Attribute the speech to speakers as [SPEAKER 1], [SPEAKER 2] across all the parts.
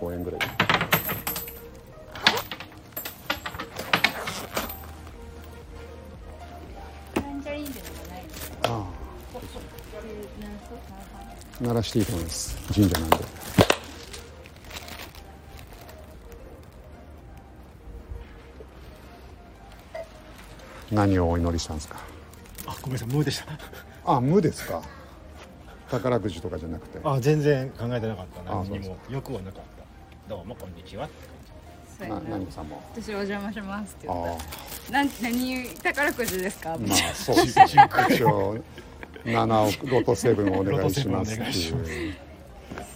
[SPEAKER 1] 公園ぐらい
[SPEAKER 2] ランジャリーでもないです
[SPEAKER 1] あ
[SPEAKER 2] なんとなんか
[SPEAKER 1] あ鳴らしていいと思います神社なんで何をお祈りしたんですか
[SPEAKER 3] あごめんなさい無でした
[SPEAKER 1] あ無ですか宝くじとかじゃなくて
[SPEAKER 3] あ全然考えてなかった
[SPEAKER 1] あ
[SPEAKER 3] 何に
[SPEAKER 1] そう
[SPEAKER 3] もよくはなかったどうもこんにちはっ
[SPEAKER 2] そ
[SPEAKER 3] て感じ
[SPEAKER 2] うや
[SPEAKER 1] な
[SPEAKER 2] な
[SPEAKER 1] 何さんも
[SPEAKER 2] 私お邪魔しますって
[SPEAKER 1] あ
[SPEAKER 2] 言ったら
[SPEAKER 1] あ
[SPEAKER 2] なん何宝くじですか、
[SPEAKER 1] まあそう ですね一応7億ロトセブンをお願いしますって
[SPEAKER 3] ロトセ
[SPEAKER 1] い
[SPEAKER 3] ブンお願
[SPEAKER 1] う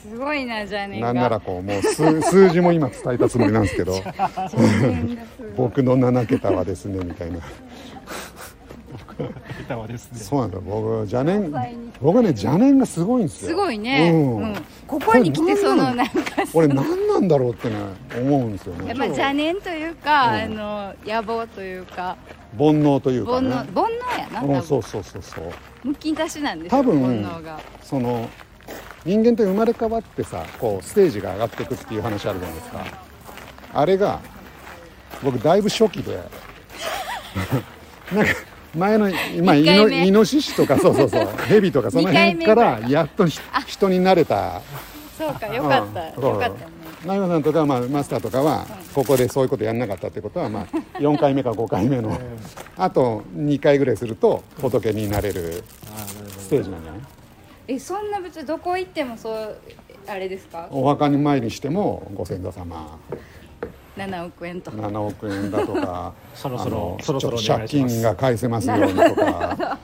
[SPEAKER 2] すごいなジャーニー
[SPEAKER 1] な
[SPEAKER 2] が
[SPEAKER 1] んならこうもう数数字も今伝えたつもりなんです けど
[SPEAKER 2] ジャーニーがすごい
[SPEAKER 1] 僕の7桁はですねみたいな
[SPEAKER 3] 歌はですね
[SPEAKER 1] そうなんだ僕邪念
[SPEAKER 2] 関西に
[SPEAKER 1] 僕はね邪念がすごいんですよ
[SPEAKER 2] すごいね、
[SPEAKER 1] うん
[SPEAKER 2] うんここに来てそのなんか
[SPEAKER 1] 俺何なんだろうってね思うんですよね
[SPEAKER 2] やっ
[SPEAKER 1] 煩
[SPEAKER 2] ぱ邪念というか、
[SPEAKER 1] うん
[SPEAKER 2] あの野望というか
[SPEAKER 1] 悩という
[SPEAKER 2] 煩
[SPEAKER 1] か
[SPEAKER 2] 悩
[SPEAKER 1] ね
[SPEAKER 2] 煩悩やな多
[SPEAKER 1] う
[SPEAKER 2] 分
[SPEAKER 1] んそうそうそうそう
[SPEAKER 2] むき出しなんですよ
[SPEAKER 1] 多分
[SPEAKER 2] 煩悩が
[SPEAKER 1] その人間って生まれ変わってさこうステージが上がっていくっていう話あるじゃないですかあれが僕だいぶ初期で なんか前の今イ
[SPEAKER 2] 二回
[SPEAKER 1] ノ
[SPEAKER 2] 目
[SPEAKER 1] イノシシとかそうそうそうヘビとかその
[SPEAKER 2] 二回
[SPEAKER 1] 辺か
[SPEAKER 2] 目
[SPEAKER 1] らやっとひ人になれた
[SPEAKER 2] そうかよかった、
[SPEAKER 1] うん
[SPEAKER 2] よかったね
[SPEAKER 1] 成馬さんとか、まあ、マスターとかはここでそういうことやんなかったってことは、まあ、4回目か5回目のあと2回ぐらいすると仏になれる
[SPEAKER 3] あーなるほど
[SPEAKER 1] ステージなんじゃない
[SPEAKER 2] えそんな別にどこ行ってもそうあれですか
[SPEAKER 1] お墓に参りしてもご先祖様
[SPEAKER 2] 7億円とか
[SPEAKER 1] 7億円だとか
[SPEAKER 3] そろそ
[SPEAKER 1] あの
[SPEAKER 3] ろそろそろ
[SPEAKER 1] ちょっと借金が返せますようにとか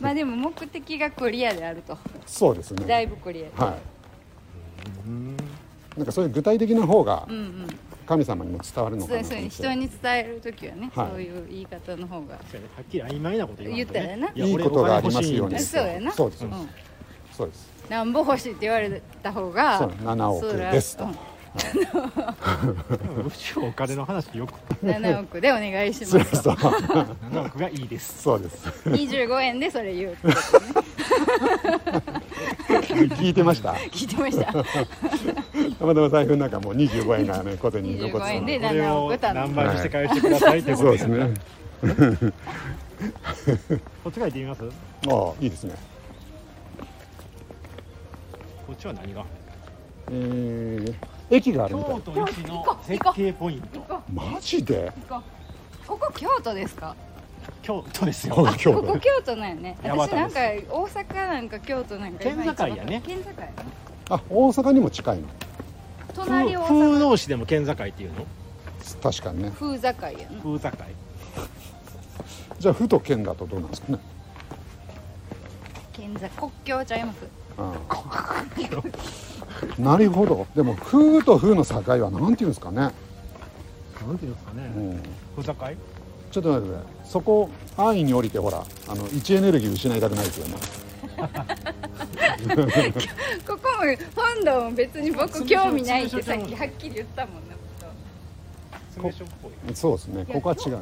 [SPEAKER 2] まあでも目的がクリアであると
[SPEAKER 1] そうです
[SPEAKER 2] だ
[SPEAKER 1] ね
[SPEAKER 2] いぶクリア
[SPEAKER 1] はいなんかそういう具体的な方が
[SPEAKER 2] うんうん
[SPEAKER 1] 神様にも伝わるの
[SPEAKER 2] そう
[SPEAKER 1] かな
[SPEAKER 2] で
[SPEAKER 1] と
[SPEAKER 2] すそ
[SPEAKER 1] 思
[SPEAKER 2] うで
[SPEAKER 1] っ
[SPEAKER 2] す人
[SPEAKER 1] て
[SPEAKER 2] に伝える時はね、
[SPEAKER 1] はい
[SPEAKER 2] そういう言い方の方が
[SPEAKER 3] 確かにはっきり曖昧なこと言わんと
[SPEAKER 2] 言ったらない
[SPEAKER 3] や
[SPEAKER 1] いいことがありますよう
[SPEAKER 3] 俺お金欲しいん
[SPEAKER 1] に
[SPEAKER 3] で
[SPEAKER 2] そうやな
[SPEAKER 1] そうですそう
[SPEAKER 2] う
[SPEAKER 1] です
[SPEAKER 2] ん
[SPEAKER 1] そうです
[SPEAKER 2] なんぼ欲しいって言われた方が
[SPEAKER 1] そう7億
[SPEAKER 2] そら
[SPEAKER 1] ですと
[SPEAKER 2] うん
[SPEAKER 3] むしろお金の話よく
[SPEAKER 2] 7億でお願いし
[SPEAKER 1] そう
[SPEAKER 2] ま
[SPEAKER 1] です
[SPEAKER 2] す
[SPEAKER 1] そう
[SPEAKER 3] 7億がい いです
[SPEAKER 1] そうです
[SPEAKER 2] 25円でそれ言うって
[SPEAKER 1] 聞いてました
[SPEAKER 2] 聞いて ました
[SPEAKER 1] たまたま財布の中もう25円がね小銭に残って
[SPEAKER 2] 25
[SPEAKER 1] た
[SPEAKER 2] 円
[SPEAKER 1] ので
[SPEAKER 2] で
[SPEAKER 3] これ
[SPEAKER 2] 7
[SPEAKER 3] を
[SPEAKER 2] 億た
[SPEAKER 3] 何
[SPEAKER 2] の
[SPEAKER 3] 倍にして返してくださいってこ
[SPEAKER 1] そうで
[SPEAKER 3] とですす
[SPEAKER 1] ね
[SPEAKER 3] ね こっちから行ってみますこ
[SPEAKER 1] ああいいですね
[SPEAKER 3] っちは何が
[SPEAKER 1] えー駅があるみたい
[SPEAKER 3] 京都一の絶景ポイント
[SPEAKER 1] マジで
[SPEAKER 2] ここ京都ですか
[SPEAKER 3] 京都ですよ
[SPEAKER 1] あ京
[SPEAKER 2] ここ
[SPEAKER 1] 都
[SPEAKER 2] 京都なんやね
[SPEAKER 3] 山形
[SPEAKER 2] 私なんか大阪なんか京都なんか
[SPEAKER 3] 県境やね
[SPEAKER 2] 県境やね
[SPEAKER 1] あ大阪にも近いの
[SPEAKER 2] 隣
[SPEAKER 3] 風
[SPEAKER 2] 大
[SPEAKER 3] 風
[SPEAKER 2] 阪
[SPEAKER 3] 能市でも県境っていうの
[SPEAKER 1] 確かにね
[SPEAKER 2] 風境やな
[SPEAKER 3] 風境
[SPEAKER 1] じゃあ府と県だとどうなんですかね
[SPEAKER 2] 県境国境ちゃいます
[SPEAKER 1] うんなるほどでも風と風の境はなんていうんですかね、
[SPEAKER 3] なんていうんですか
[SPEAKER 1] う
[SPEAKER 3] ね
[SPEAKER 1] ん、
[SPEAKER 3] 風境
[SPEAKER 1] ちょっと待ってくださいそこ安易に降りてほらあの位置エネルギー失いたくないですよね
[SPEAKER 2] ここも本堂も別に僕興味ないってさっきはっきり言ったもんな
[SPEAKER 3] 詰め所っぽい
[SPEAKER 1] そうですねここは違う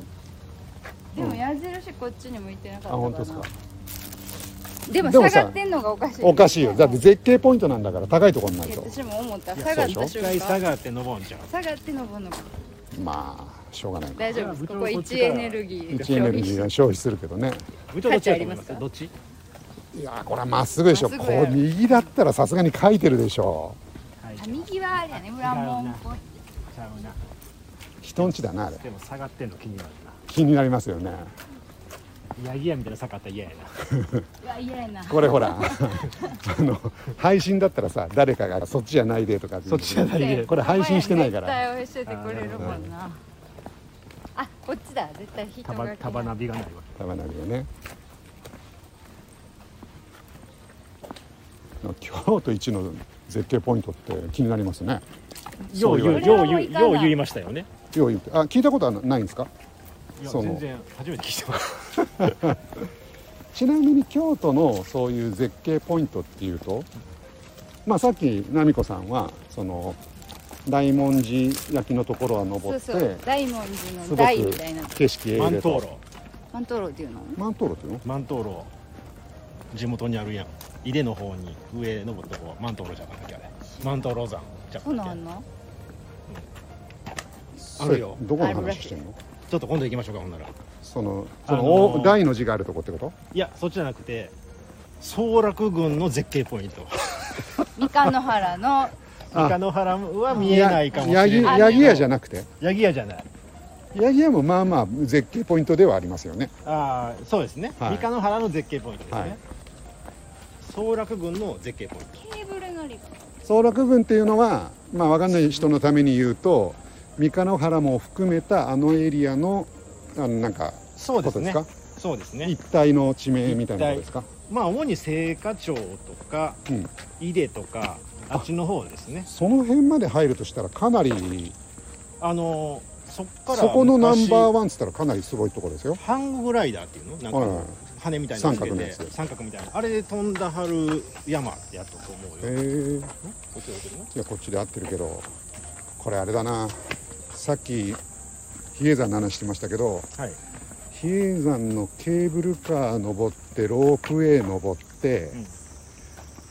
[SPEAKER 2] でも矢印こっちに向いてなかった
[SPEAKER 1] あ
[SPEAKER 2] かな
[SPEAKER 1] 本当ですか
[SPEAKER 2] でも
[SPEAKER 1] でも
[SPEAKER 2] 下
[SPEAKER 1] さ
[SPEAKER 2] がってんのがおかしい
[SPEAKER 1] おかしいよだって絶景ポイントなんだから高いところにないい
[SPEAKER 2] や
[SPEAKER 1] と
[SPEAKER 2] 私も思った
[SPEAKER 3] いや
[SPEAKER 2] 下がっ
[SPEAKER 1] そう
[SPEAKER 2] た
[SPEAKER 1] で
[SPEAKER 3] 一
[SPEAKER 2] 瞬
[SPEAKER 3] 回下
[SPEAKER 2] 間
[SPEAKER 3] がって登んじゃう
[SPEAKER 2] 下がって登るのか
[SPEAKER 1] まあしょうがないか
[SPEAKER 2] 大丈夫です
[SPEAKER 3] いや
[SPEAKER 2] ここ
[SPEAKER 3] 部長こっち
[SPEAKER 2] 一
[SPEAKER 3] から
[SPEAKER 2] エネルギー
[SPEAKER 1] 位
[SPEAKER 2] が
[SPEAKER 1] 置エネルギーが消費するけどね
[SPEAKER 3] 部長どっちだと思
[SPEAKER 2] 価値ありま
[SPEAKER 3] います
[SPEAKER 2] すか
[SPEAKER 3] どっち
[SPEAKER 1] いやーこれはまっすぐでしょ
[SPEAKER 2] まっ
[SPEAKER 1] こ
[SPEAKER 2] すぐやろ
[SPEAKER 1] う右だったらさすがに書いてるでしょ
[SPEAKER 3] はい
[SPEAKER 2] あ右はあれやね裏門っぽい
[SPEAKER 3] ちゃうな
[SPEAKER 1] 人んちだなあれ
[SPEAKER 3] でも下がってんの気になる
[SPEAKER 1] 気になりますよね
[SPEAKER 3] なヤギ屋みたいな下がったら嫌やな
[SPEAKER 2] うわ嫌やな
[SPEAKER 1] これほらあの配信だったらさ誰かがそっちじゃないでとか
[SPEAKER 3] そっちじゃないで
[SPEAKER 1] これ配信してないから
[SPEAKER 2] 絶対教えてくれるもんなあこっちだ絶対人が来ない
[SPEAKER 3] 束なびがないわ
[SPEAKER 1] 玉投げをね京都一の絶景ポイントって気になりますね
[SPEAKER 3] よ
[SPEAKER 1] そうう言わ
[SPEAKER 3] 言
[SPEAKER 1] れ
[SPEAKER 3] う
[SPEAKER 1] て
[SPEAKER 3] よう言うよう言いましたよね
[SPEAKER 1] よう言ってあ聞いたことはないんですか
[SPEAKER 3] いや
[SPEAKER 1] その
[SPEAKER 3] 全然初めて聞いてます
[SPEAKER 1] ちなみに京都のそういう絶景ポイントっていうと、まあ、さっき奈美子さんはその大文字焼きのところは
[SPEAKER 2] そ
[SPEAKER 1] 登
[SPEAKER 2] う
[SPEAKER 1] って
[SPEAKER 2] そう大文字
[SPEAKER 1] す
[SPEAKER 2] の
[SPEAKER 1] ご
[SPEAKER 2] 大みたいな
[SPEAKER 1] く景色ええ
[SPEAKER 3] 万
[SPEAKER 1] で
[SPEAKER 3] 灯
[SPEAKER 1] と
[SPEAKER 3] 籠
[SPEAKER 2] 万灯籠っていうの
[SPEAKER 1] 万灯籠っていうの
[SPEAKER 3] 万灯籠地元にあるやん井手の方に上登ったとこは万灯籠じゃなきゃね万灯籠山ちゃ
[SPEAKER 2] そん
[SPEAKER 3] ん
[SPEAKER 2] なん
[SPEAKER 3] だ
[SPEAKER 2] あん
[SPEAKER 3] っけ
[SPEAKER 2] の
[SPEAKER 1] あ
[SPEAKER 3] あ
[SPEAKER 1] れ
[SPEAKER 3] る
[SPEAKER 1] ど
[SPEAKER 3] よ
[SPEAKER 1] この話してんの
[SPEAKER 3] ちょっと今度行きましょうかほんなら
[SPEAKER 1] そのその、
[SPEAKER 3] あの
[SPEAKER 1] お
[SPEAKER 3] ー
[SPEAKER 1] 大の字があるとこってこと
[SPEAKER 3] いやそっちじゃなくて総楽郡の絶景ポイント
[SPEAKER 2] 三河野原の
[SPEAKER 1] あ
[SPEAKER 3] 三の原は見えないかもしれ
[SPEAKER 1] やぎ
[SPEAKER 3] ない
[SPEAKER 1] ヤギ屋じゃなくて
[SPEAKER 3] ヤギ屋じゃない
[SPEAKER 1] ヤギ屋もまあまあ絶景ポイントではありますよね
[SPEAKER 3] ああそうですね、
[SPEAKER 1] はい
[SPEAKER 3] 三河の原の絶景ポイントですね、
[SPEAKER 1] はい
[SPEAKER 3] 総楽郡の絶景ポイント
[SPEAKER 2] ケーブル乗り場
[SPEAKER 1] 総楽郡っていうのはまあわかんない人のために言うと三日野原も含めたあのエリアのあのなんか
[SPEAKER 3] そう
[SPEAKER 1] こと
[SPEAKER 3] です
[SPEAKER 1] です
[SPEAKER 3] ね
[SPEAKER 1] か
[SPEAKER 3] そうですね
[SPEAKER 1] 一帯の地名みたいなことですか
[SPEAKER 3] まあ主に青果町とか、
[SPEAKER 1] うん
[SPEAKER 3] 井出とかあっちの方ですね
[SPEAKER 1] その辺まで入るとしたらかなり
[SPEAKER 3] あのーそっから
[SPEAKER 1] そこのナンバー
[SPEAKER 3] は
[SPEAKER 1] ワンっつったらかなりすごいとこですよ
[SPEAKER 3] ハンググライダーっていうのなんか、
[SPEAKER 1] はいはい
[SPEAKER 3] 羽みたいなのつけ
[SPEAKER 1] 三角の
[SPEAKER 3] て
[SPEAKER 1] やつ
[SPEAKER 3] 三角みたいなあれで飛んだはる山やったと思う
[SPEAKER 1] へ
[SPEAKER 3] よ、
[SPEAKER 1] え
[SPEAKER 3] こっち置いてるない
[SPEAKER 1] やこっちで合ってるけどこれあれだなさっき比叡山の話してましたけど
[SPEAKER 3] はい
[SPEAKER 1] 比叡山のケーブルカー登ってロープウェイ登って、
[SPEAKER 3] うん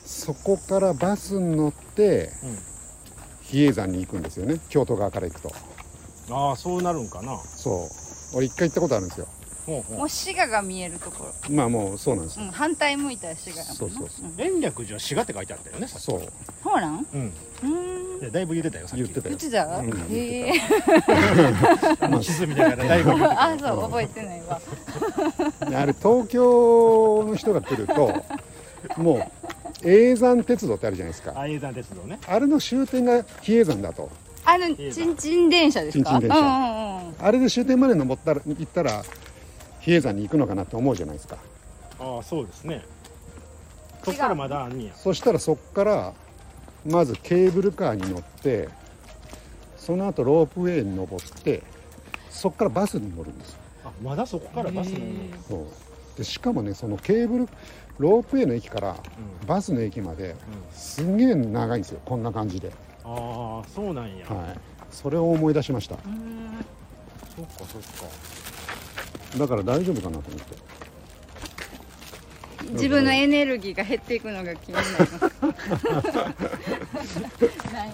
[SPEAKER 1] そこからバスに乗って
[SPEAKER 3] うん
[SPEAKER 1] 比叡山に行くんですよね京都側から行くと
[SPEAKER 3] ああそうなるんかな
[SPEAKER 1] そう俺一回行ったことあるんですよ
[SPEAKER 3] ほうほ
[SPEAKER 2] も
[SPEAKER 3] う
[SPEAKER 2] う滋賀が見えるところ
[SPEAKER 1] まあもうそうなんです
[SPEAKER 2] うん、反対向いたら滋賀やもんな
[SPEAKER 1] そうそうそ
[SPEAKER 2] ん
[SPEAKER 3] 延暦寺は滋賀って書いてあったよねさっき
[SPEAKER 1] そう
[SPEAKER 2] ほうなんう
[SPEAKER 3] うん
[SPEAKER 2] ーん
[SPEAKER 3] でだいぶ言ってたよさっき
[SPEAKER 1] 言ってた
[SPEAKER 2] う
[SPEAKER 1] よ
[SPEAKER 2] ちだ、
[SPEAKER 1] うん
[SPEAKER 2] へえ
[SPEAKER 3] あの地図見ながらだいぶ言ってた
[SPEAKER 2] あそう覚えてないわ
[SPEAKER 1] であれ東京の人が来るともう永山鉄道ってあるじゃないですか
[SPEAKER 3] あ永山鉄道ね
[SPEAKER 1] あれの終点が比叡山だと
[SPEAKER 2] あのちんちん電車ですか
[SPEAKER 1] チンチン電車
[SPEAKER 2] うんうんうん
[SPEAKER 1] あれで終点まで登ったら行ったら比叡山に行くのかなって思うじゃないですか
[SPEAKER 3] ああそうですねそっからまだあんねや
[SPEAKER 1] そしたらそこからまずケーブルカーに乗ってその後ロープウェイに登ってそこからバスに乗るんですよ
[SPEAKER 3] あまだそこからバス乗るんや
[SPEAKER 1] そうでしかもねそのケーブルロープウェイの駅から
[SPEAKER 3] うん
[SPEAKER 1] バスの駅まで
[SPEAKER 3] うん
[SPEAKER 1] すんげえ長いんですよこんな感じで、
[SPEAKER 3] ああそうなんや、
[SPEAKER 1] はい、それを思い出しました
[SPEAKER 2] うーん
[SPEAKER 3] そっかそっか
[SPEAKER 1] だから大丈夫かなと思って
[SPEAKER 2] 自分のエネルギーが減っていくのが気になります何エネルギー分くらい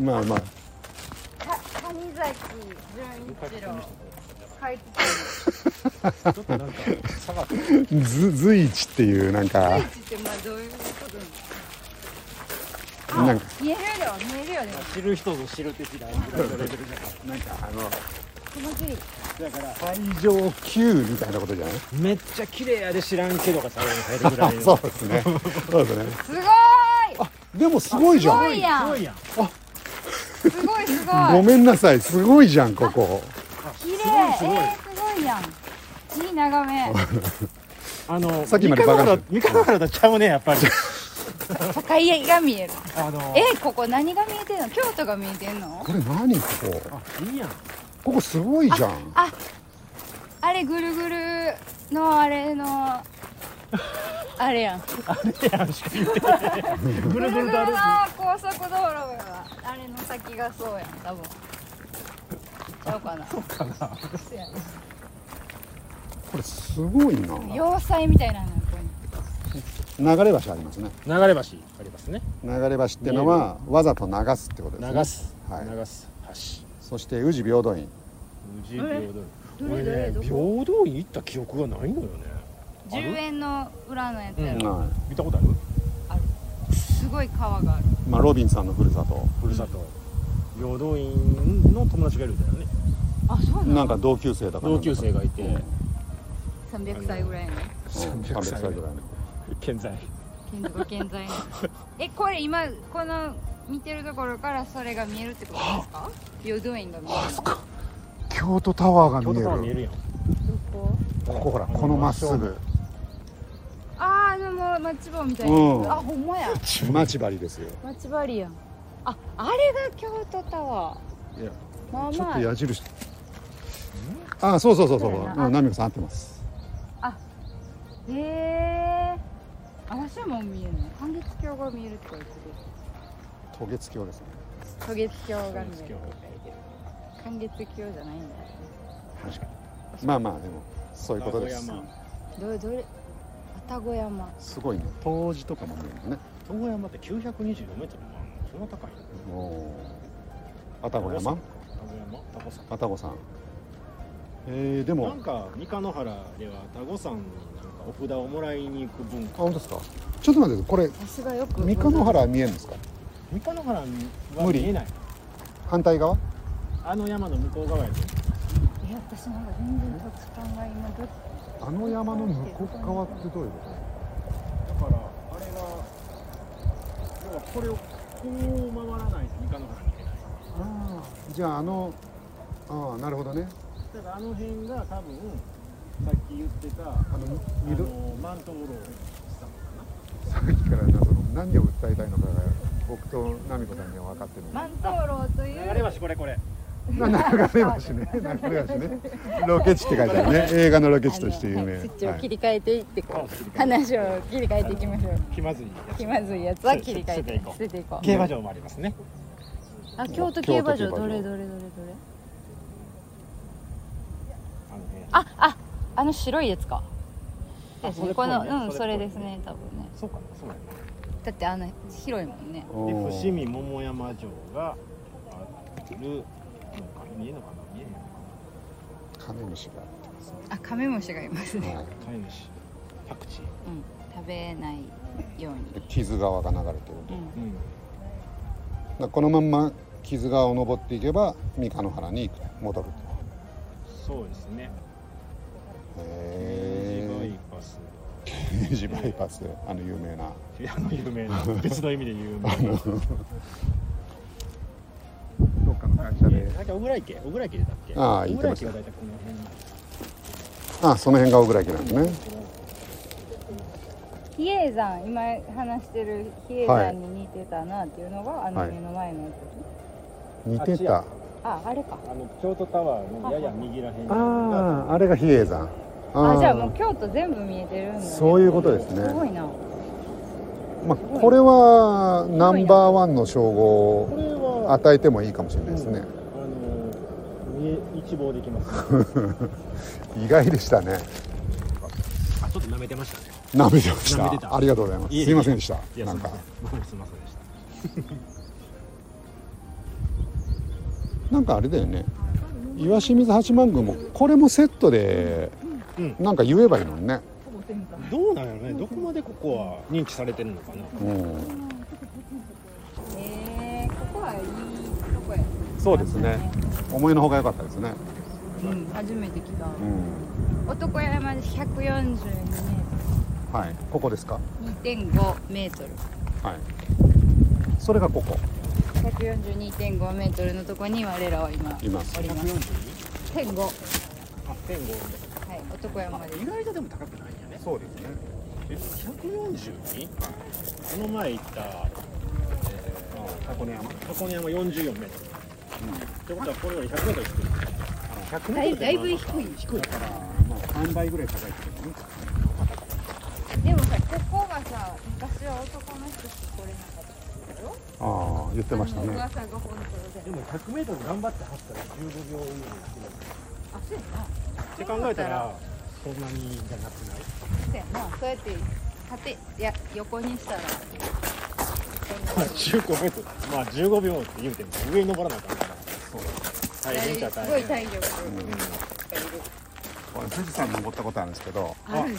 [SPEAKER 1] まあまあ
[SPEAKER 2] か谷崎潤一郎書いて
[SPEAKER 3] ちょっとなんか下がって
[SPEAKER 1] ず随一っていうなん
[SPEAKER 2] た
[SPEAKER 1] か
[SPEAKER 2] のスイッチってまあどういうことなのあ
[SPEAKER 1] なんか
[SPEAKER 2] 見えるよ見えるよね
[SPEAKER 3] 知る人ぞ知る的なぐらいのレベルじゃない
[SPEAKER 1] なんかあの
[SPEAKER 2] 気持ちいい
[SPEAKER 3] だから
[SPEAKER 1] 最上級みたいなことじゃない
[SPEAKER 3] めっちゃ綺麗やで知らんけどが最後に入るぐらい の
[SPEAKER 1] そうですねそうですね
[SPEAKER 2] すごーい
[SPEAKER 1] でもすごいじゃ
[SPEAKER 2] す
[SPEAKER 1] ん
[SPEAKER 2] ごいやん
[SPEAKER 3] すごいやん
[SPEAKER 2] すごいすごい
[SPEAKER 1] ごめんなさいすごいじゃんここ
[SPEAKER 2] 綺麗
[SPEAKER 3] すごい
[SPEAKER 2] えー、すごい やんいい眺め
[SPEAKER 3] あの
[SPEAKER 1] さっきまでバカだ
[SPEAKER 3] 三河原だちゃうねやっぱり
[SPEAKER 2] 境家が見え る
[SPEAKER 3] あの
[SPEAKER 2] えー、ここ何が見えてんの京都が見えてんの
[SPEAKER 1] これ何ここ
[SPEAKER 3] あいいやん
[SPEAKER 1] ここすごいじゃん
[SPEAKER 2] ああれぐるぐるのあれのあれやんぐる
[SPEAKER 3] ぐるぐ
[SPEAKER 2] ぐる
[SPEAKER 3] る
[SPEAKER 2] の
[SPEAKER 3] とある
[SPEAKER 2] 高速道路があれの先がそうやん多分ちゃうかなそうかなそうやな
[SPEAKER 1] これすごいな
[SPEAKER 2] 要塞みたいなのがここに
[SPEAKER 1] 流れ橋ありますね
[SPEAKER 3] 流れ橋ありますね
[SPEAKER 1] 流れ橋ってのはわざと流すってことですね
[SPEAKER 3] 流す、
[SPEAKER 1] はい
[SPEAKER 3] 流す橋
[SPEAKER 1] そして宇治平等院
[SPEAKER 3] 宇治平等
[SPEAKER 2] どれ
[SPEAKER 3] 院俺
[SPEAKER 2] どれ
[SPEAKER 3] ね
[SPEAKER 2] どこ
[SPEAKER 3] 平等院行った記憶がないのよねある
[SPEAKER 2] 10円の裏のやつや
[SPEAKER 3] うん
[SPEAKER 2] ろ、
[SPEAKER 1] は
[SPEAKER 3] 見たことある
[SPEAKER 2] すごい川がある
[SPEAKER 1] いまあロビンさんのふるさと
[SPEAKER 3] ふるさと平等院の友達がいるんだよね
[SPEAKER 2] あそうな
[SPEAKER 1] なん
[SPEAKER 2] の
[SPEAKER 1] か同級生だから
[SPEAKER 3] 同級生がいて
[SPEAKER 1] うん
[SPEAKER 2] 300歳ぐらいの
[SPEAKER 1] うん300歳ぐらいの
[SPEAKER 3] 健在
[SPEAKER 2] 金属健在のえこれ今この見てるところからそれが見えるってことですか平等院が見えるの
[SPEAKER 1] 京都タワー
[SPEAKER 3] 京
[SPEAKER 1] が
[SPEAKER 3] 都から
[SPEAKER 1] 見
[SPEAKER 3] 見
[SPEAKER 1] える
[SPEAKER 3] えるやん
[SPEAKER 2] どこ
[SPEAKER 1] ここほらこのまっすぐ
[SPEAKER 2] あーあのもうマッチ棒みたいな
[SPEAKER 1] うん
[SPEAKER 2] あほんまや
[SPEAKER 1] 待ち針ですよ
[SPEAKER 2] マッチバリやんああれが京都タワ
[SPEAKER 1] いや
[SPEAKER 2] ーまあ
[SPEAKER 1] ちょっ
[SPEAKER 2] ま
[SPEAKER 1] と
[SPEAKER 2] あ
[SPEAKER 1] 矢印あそうそうそうそう
[SPEAKER 2] そうや
[SPEAKER 1] う
[SPEAKER 2] なん
[SPEAKER 1] ナミコさん合ってます
[SPEAKER 2] へえあわしはもう見えるの半月橋が見えるってことです
[SPEAKER 1] 渡月橋ですね
[SPEAKER 2] 渡月橋が見える
[SPEAKER 3] 確
[SPEAKER 2] 半月橋じゃないんだ
[SPEAKER 3] か
[SPEAKER 1] まあまあでもそういうことです
[SPEAKER 3] 名古
[SPEAKER 2] どれどれ愛宕山
[SPEAKER 1] すごいね冬至とかも見えるね
[SPEAKER 3] 東山って924メートルもあるのそんな高いの
[SPEAKER 1] おー愛宕山
[SPEAKER 3] タコ山タコ山
[SPEAKER 1] 愛宕山えー、でも
[SPEAKER 3] なんか三日野原ではタコ山になんかお札をもらいに行く文
[SPEAKER 1] あ
[SPEAKER 3] 化
[SPEAKER 1] 本当ですかちょっと待ってこれ
[SPEAKER 2] さすがよく
[SPEAKER 1] 三日野原は見えるんですか
[SPEAKER 3] 三日野原は
[SPEAKER 1] 無理
[SPEAKER 3] 見えない
[SPEAKER 1] 反対側
[SPEAKER 3] あの山の向こう側やけど
[SPEAKER 2] え私なんか全然土地勘が今どっ
[SPEAKER 1] あの山の向こう側ってどういうこ
[SPEAKER 3] だからあれは要はこれをこう回らないと三日野原見れない
[SPEAKER 1] とああじゃああのああなるほどね
[SPEAKER 3] だからあの辺が多分さっき言ってたあ
[SPEAKER 1] あのみ緑
[SPEAKER 3] のマントウロウさんか
[SPEAKER 1] さ
[SPEAKER 3] な
[SPEAKER 1] っきからなその何を訴えたいのかが僕と奈美子さんには分かってる
[SPEAKER 2] 万灯籠という
[SPEAKER 3] 流れ橋これこれ
[SPEAKER 1] な流れ橋ね流れ橋ねロケ地って書いてあるね映画のロケ地として有名、
[SPEAKER 4] あのはいスイッチを
[SPEAKER 1] は
[SPEAKER 4] 切
[SPEAKER 1] い
[SPEAKER 4] り替えていってこう話を切り替えていきましょう
[SPEAKER 3] 気まずいやつ
[SPEAKER 4] 気まずいやつは切り替えて
[SPEAKER 3] 捨
[SPEAKER 4] 捨
[SPEAKER 3] て
[SPEAKER 4] てていこう
[SPEAKER 3] 競馬場もありますね
[SPEAKER 4] あ京都競馬
[SPEAKER 1] 京
[SPEAKER 4] 場
[SPEAKER 1] 都競馬
[SPEAKER 4] ど
[SPEAKER 1] 場
[SPEAKER 4] れどれどれどれ
[SPEAKER 3] あの辺
[SPEAKER 4] あああの白いやつか
[SPEAKER 3] あそれっぽ
[SPEAKER 2] こ
[SPEAKER 3] いね
[SPEAKER 2] のうんそ
[SPEAKER 3] それ
[SPEAKER 2] れ
[SPEAKER 3] っぽい
[SPEAKER 2] です
[SPEAKER 3] ね
[SPEAKER 2] ね多分ね
[SPEAKER 3] そうかなそうや
[SPEAKER 2] だってあの広いもんね
[SPEAKER 1] お
[SPEAKER 3] なで
[SPEAKER 1] ー
[SPEAKER 3] 伏見桃山城があるのか見えるのかな見えへんのか
[SPEAKER 1] カメムシが
[SPEAKER 2] あカメムシがいます ね、
[SPEAKER 1] はい
[SPEAKER 3] な飼い主パクチ
[SPEAKER 2] う
[SPEAKER 3] ー
[SPEAKER 2] ん、食べないように
[SPEAKER 1] で木津川が流れてる
[SPEAKER 2] う
[SPEAKER 1] とだか
[SPEAKER 2] ん
[SPEAKER 3] うん
[SPEAKER 1] らこのまんま木津川を登っていけば三日野原に戻ると
[SPEAKER 3] そうですね
[SPEAKER 1] へ
[SPEAKER 3] ジバイ
[SPEAKER 1] え
[SPEAKER 3] パス
[SPEAKER 1] 明治バイパスあの有名な
[SPEAKER 3] あの有名な別の意味で有名な
[SPEAKER 1] どっかの会社で
[SPEAKER 3] なんか小倉池小倉池だっけ
[SPEAKER 1] ああ
[SPEAKER 3] 小
[SPEAKER 1] 言って
[SPEAKER 3] 倉
[SPEAKER 1] まし
[SPEAKER 3] 池
[SPEAKER 1] た
[SPEAKER 3] が大体この辺なんです
[SPEAKER 1] あその辺が小倉家なんですね
[SPEAKER 3] けど
[SPEAKER 4] 比叡山今話してる比叡山に似てたなっていうのが、あの目の前のや
[SPEAKER 1] 似てた
[SPEAKER 4] つ、ああれか
[SPEAKER 3] あの京都タワーのやや右らへんに
[SPEAKER 1] あああれが比叡山
[SPEAKER 4] あ
[SPEAKER 1] ー
[SPEAKER 4] じゃあもう京都全部見えてるんだ、ね、
[SPEAKER 1] そういうことですね
[SPEAKER 4] すごいな
[SPEAKER 1] まあ、これはナンバーワンの称号
[SPEAKER 3] こ
[SPEAKER 1] を
[SPEAKER 3] れは
[SPEAKER 1] 与えてもいいかもしれないですね、
[SPEAKER 3] あの見え一望できます
[SPEAKER 1] 意外でしたね
[SPEAKER 3] あちょっと舐めてましたね
[SPEAKER 1] 舐めてまし
[SPEAKER 3] 舐
[SPEAKER 1] た
[SPEAKER 3] めてた
[SPEAKER 1] ありがとうございます
[SPEAKER 3] いえいえ
[SPEAKER 1] すいませんでし
[SPEAKER 3] い
[SPEAKER 1] た
[SPEAKER 3] や
[SPEAKER 1] なんか
[SPEAKER 3] すいませ僕もすいませんでした
[SPEAKER 1] なんかあれだよね岩清水八幡宮もこれもセットで
[SPEAKER 3] うん
[SPEAKER 1] なんか言えばいいのにね、
[SPEAKER 3] どうなんやろねどこまでここは認知されてるのかな
[SPEAKER 1] うん、
[SPEAKER 2] えー、ここはいいとこやね
[SPEAKER 1] そうですね思いのほか良かったですね、
[SPEAKER 2] うん初めて来た
[SPEAKER 1] うん、
[SPEAKER 2] 男山で142
[SPEAKER 1] はいここですか
[SPEAKER 2] メートル2.5メートル
[SPEAKER 1] はいそれがここ
[SPEAKER 2] 142.5メートルのとこに我らは今
[SPEAKER 1] います
[SPEAKER 2] おります1.5は
[SPEAKER 3] あ1 0
[SPEAKER 2] い男山まで
[SPEAKER 3] 意外とでも高くないんやね
[SPEAKER 1] そうですね
[SPEAKER 3] え 142? この前行った、えー、箱根山箱根山44メートル、ってことはこれより100メートル低い100
[SPEAKER 2] だいだいぶ低い
[SPEAKER 3] 低いだからまあ3倍ぐらい高いってことね
[SPEAKER 2] でもさここがさ昔は男の人しか来れなかったでしょ
[SPEAKER 1] ああ言ってましたね
[SPEAKER 2] 噂が本当で
[SPEAKER 3] でも100メートル頑張って走ったら15秒以内に
[SPEAKER 2] あそうやな
[SPEAKER 3] って考えたらそんなにじゃなくない
[SPEAKER 2] そうやなそうやって縦いや横にしたら
[SPEAKER 3] まあ15メートルまあ15秒って言うても上に登らなあかんからそう大変っちゃ
[SPEAKER 2] す
[SPEAKER 3] 大
[SPEAKER 2] ごい
[SPEAKER 3] 変
[SPEAKER 2] 体力がいる
[SPEAKER 1] 俺富士山登ったことあるんですけど
[SPEAKER 2] ある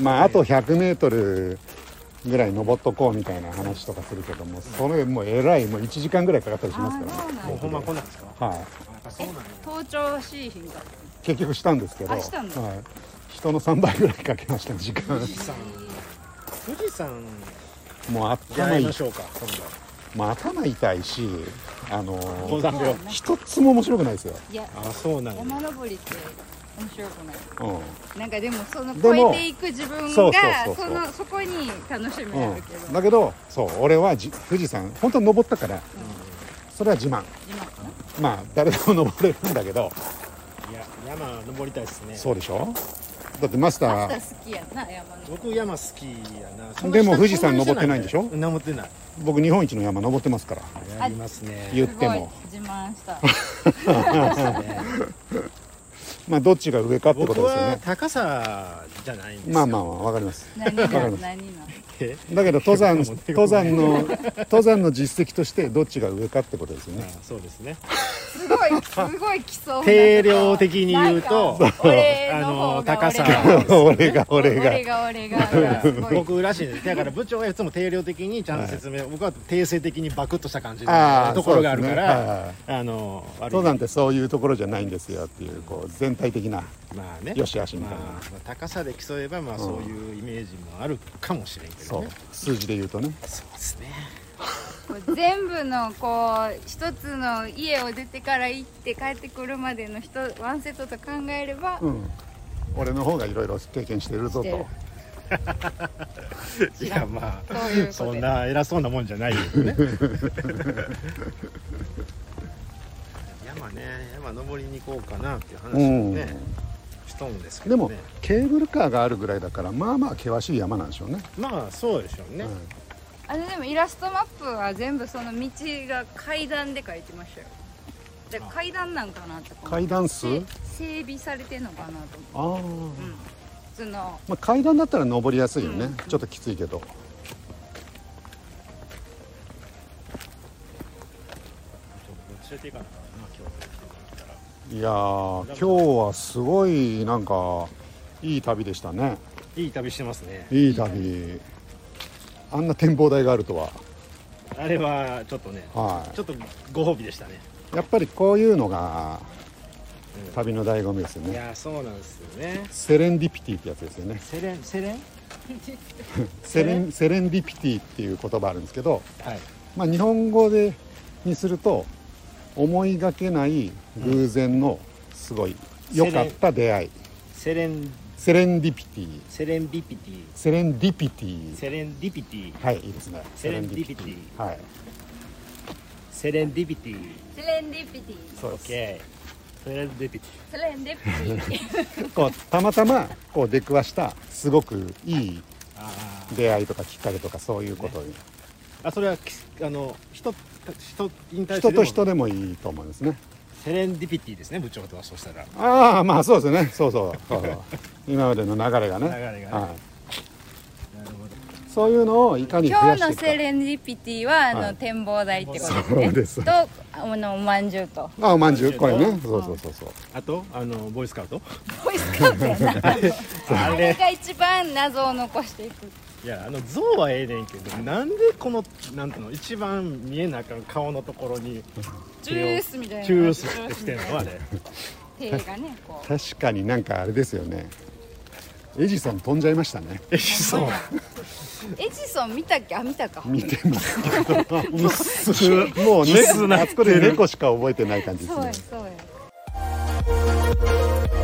[SPEAKER 1] まああと 100m ぐらい登っとこうみたいな話とかするけどもそれもうえらいもう1時間ぐらいかかったりしますからね、
[SPEAKER 2] あ
[SPEAKER 3] もうほんまこんなんですか
[SPEAKER 1] はい、
[SPEAKER 3] あそうなんや
[SPEAKER 2] 盗聴はしいひんか
[SPEAKER 1] 結局したんですけど
[SPEAKER 2] あしたんだ
[SPEAKER 1] はい、人の3倍ぐらいかけましたね時間
[SPEAKER 3] 富士山富士山
[SPEAKER 1] もう
[SPEAKER 3] じゃな
[SPEAKER 1] 頭
[SPEAKER 3] い
[SPEAKER 1] い
[SPEAKER 3] ましょうか今度
[SPEAKER 1] もう頭痛いしあの
[SPEAKER 3] 登
[SPEAKER 1] ー
[SPEAKER 3] 山病
[SPEAKER 1] 一つも面白くないですよ、
[SPEAKER 2] いや
[SPEAKER 3] あそうなんや
[SPEAKER 2] 山登りって面白くない
[SPEAKER 1] うん
[SPEAKER 2] なんかでもその
[SPEAKER 1] でも
[SPEAKER 2] 超えていく自分
[SPEAKER 1] そうそ
[SPEAKER 2] が
[SPEAKER 1] うそう
[SPEAKER 2] そ
[SPEAKER 1] そう
[SPEAKER 2] のそこに楽しみあるけ
[SPEAKER 1] うん、
[SPEAKER 2] ど
[SPEAKER 1] だけどそう俺はじ富士山本当に登ったからそれは自慢
[SPEAKER 2] 今かな
[SPEAKER 1] まあ誰でも登れるんだけど
[SPEAKER 3] いや山登りたいですね
[SPEAKER 1] そうでしょだってマスター
[SPEAKER 2] パスタ好きやな山の
[SPEAKER 3] 僕山好きやなそんな
[SPEAKER 1] でも
[SPEAKER 3] 下
[SPEAKER 1] 富士山
[SPEAKER 3] そんじゃ
[SPEAKER 1] 登ってないんでし
[SPEAKER 3] 登ってない
[SPEAKER 1] 僕日本一の山登ってますから
[SPEAKER 3] やりますね
[SPEAKER 1] 言っ
[SPEAKER 2] す
[SPEAKER 1] て
[SPEAKER 2] ごい
[SPEAKER 1] も
[SPEAKER 2] 自慢した
[SPEAKER 3] やりますね
[SPEAKER 1] まあどっちが上かってこ
[SPEAKER 3] 僕
[SPEAKER 1] とですよ
[SPEAKER 3] は
[SPEAKER 1] ね
[SPEAKER 3] 高さじゃないんですよ
[SPEAKER 1] まあまあまあわかります
[SPEAKER 4] 何
[SPEAKER 1] かり
[SPEAKER 4] の
[SPEAKER 1] ます
[SPEAKER 4] 何の
[SPEAKER 3] え
[SPEAKER 1] だけど登山
[SPEAKER 3] もう手
[SPEAKER 1] 登山の登山の実績としてどっちが上かってことですよ
[SPEAKER 3] あ
[SPEAKER 1] ね
[SPEAKER 3] あそうですね
[SPEAKER 2] すごいすごい来そうな
[SPEAKER 3] 定量的に言うと
[SPEAKER 2] なんか俺
[SPEAKER 3] あ
[SPEAKER 2] の
[SPEAKER 3] の
[SPEAKER 2] 方が
[SPEAKER 3] 高さ
[SPEAKER 2] 俺
[SPEAKER 1] 俺が俺が
[SPEAKER 2] 俺が俺がすごい
[SPEAKER 3] 僕らしいですだから部長はいつも定量的にちゃんと説明、僕は定性的にバクッとした感じ
[SPEAKER 1] あ
[SPEAKER 3] の
[SPEAKER 1] あ
[SPEAKER 3] ところがあるか
[SPEAKER 1] そうですねはいは
[SPEAKER 3] ら
[SPEAKER 1] い
[SPEAKER 3] あの悪い
[SPEAKER 1] 登山ってそういうところじゃないんですよっていうこう全体的な
[SPEAKER 3] まあね
[SPEAKER 1] よしあしみたいな
[SPEAKER 3] まあまあ高さで競えばまあそういうイメージもあるかもしれんけど
[SPEAKER 1] そう
[SPEAKER 3] ね、
[SPEAKER 1] 数字で言うとね
[SPEAKER 3] そうですね
[SPEAKER 2] 全部のこう一つの家を出てから行って帰ってくるまでの人ワンセットと考えれば
[SPEAKER 1] うん俺の方がいろいろ経験してるぞ
[SPEAKER 2] してる
[SPEAKER 1] と
[SPEAKER 3] いやま
[SPEAKER 2] そ
[SPEAKER 3] あ
[SPEAKER 2] ういうことで
[SPEAKER 3] そんな偉そうなもんじゃないよ ね山ね山登りに行こうかなっていう話をね、しとんですけ
[SPEAKER 1] で
[SPEAKER 3] ど、ね、
[SPEAKER 1] もケーブルカーがあるぐらいだからまあまあ険しい山なんでしょうね
[SPEAKER 3] まあそうでしょうね、
[SPEAKER 1] うん
[SPEAKER 2] あれでもイラストマップは全部その道が階段で書いてましたよで階段なんかなってこう
[SPEAKER 1] 階段数
[SPEAKER 2] せ整備されてんのかなと
[SPEAKER 1] あ
[SPEAKER 2] 思
[SPEAKER 1] あ、
[SPEAKER 2] う、うん、その
[SPEAKER 1] まあ、階段だったら登りやすいよね、
[SPEAKER 2] うん
[SPEAKER 1] ちょっときついけど
[SPEAKER 3] 教えていかなあかんな今日来てもらっ
[SPEAKER 1] いやー今日はすごいなんかいい旅でしたね
[SPEAKER 3] たらいい旅してますね
[SPEAKER 1] いい旅あんな展望台があるとは
[SPEAKER 3] あれはちょっとね
[SPEAKER 1] はい
[SPEAKER 3] ちょっとご褒美でしたね、
[SPEAKER 1] やっぱりこういうのが
[SPEAKER 3] うん
[SPEAKER 1] 旅の醍醐味ですよ
[SPEAKER 3] い
[SPEAKER 1] ね
[SPEAKER 3] やそうなんですよね
[SPEAKER 1] セレンディピティってやつですよね
[SPEAKER 3] セレン セレン
[SPEAKER 1] セレンセレンディピティっていう言葉あるんですけど、
[SPEAKER 3] はい
[SPEAKER 1] まあ、日本語でにすると思いがけない偶然のすごい良かった出会い、
[SPEAKER 3] セレン
[SPEAKER 1] セレンディピティ
[SPEAKER 3] セレンディピティ
[SPEAKER 1] セレンディピティ
[SPEAKER 3] セレンディピティ
[SPEAKER 1] はいいいですね
[SPEAKER 3] セレンディピティ
[SPEAKER 1] はい
[SPEAKER 3] セレンディピティ
[SPEAKER 2] セレンディピティ
[SPEAKER 1] そう
[SPEAKER 3] オ
[SPEAKER 1] で
[SPEAKER 3] ッ
[SPEAKER 1] す
[SPEAKER 3] ケーセレンディピテ
[SPEAKER 2] セレンディピティ
[SPEAKER 1] こうたまたまこう出くわしたすごくいい
[SPEAKER 3] ィあ
[SPEAKER 1] 出会いとかきっかけとかそういうことに
[SPEAKER 3] ーあそれはきあの人人に対
[SPEAKER 1] 人
[SPEAKER 3] してでも
[SPEAKER 1] と人でもいいと思うんですね
[SPEAKER 3] セレンディピティですね部長とはそうしたら
[SPEAKER 1] ああまあそうですねそうそうそう そう今までの流れがね
[SPEAKER 3] 流れがね
[SPEAKER 1] はい、
[SPEAKER 3] なるほど
[SPEAKER 1] そういうのをいかに増
[SPEAKER 2] 今
[SPEAKER 1] やし
[SPEAKER 2] 日
[SPEAKER 1] て
[SPEAKER 2] の
[SPEAKER 1] いくか
[SPEAKER 2] セレンディピティはあの、
[SPEAKER 1] はい
[SPEAKER 2] 展望台ってことです
[SPEAKER 1] そう
[SPEAKER 2] ね
[SPEAKER 1] です
[SPEAKER 2] とあのおまんじゅうと
[SPEAKER 1] あおまんじゅうこれねそうそうそうそう
[SPEAKER 3] あとあのボーイスカウト
[SPEAKER 2] ボーイスカウトやな
[SPEAKER 3] あ
[SPEAKER 2] あれが一番謎を残していく
[SPEAKER 3] いやあの像はええねんけどなんでこのなんていうの一番見えなあかん顔のところに
[SPEAKER 2] ジュースみたいな
[SPEAKER 3] チュースってしてんのあ れ
[SPEAKER 2] 手がねこう
[SPEAKER 1] 確かになんかあれですよねエジソン飛んじゃいましたね
[SPEAKER 3] エジソン
[SPEAKER 2] エジソン見たっけあ見たか
[SPEAKER 1] 見てますけどうっす もう猫あそこで猫しか覚えてない感じで
[SPEAKER 2] そうや
[SPEAKER 1] すね
[SPEAKER 2] そうや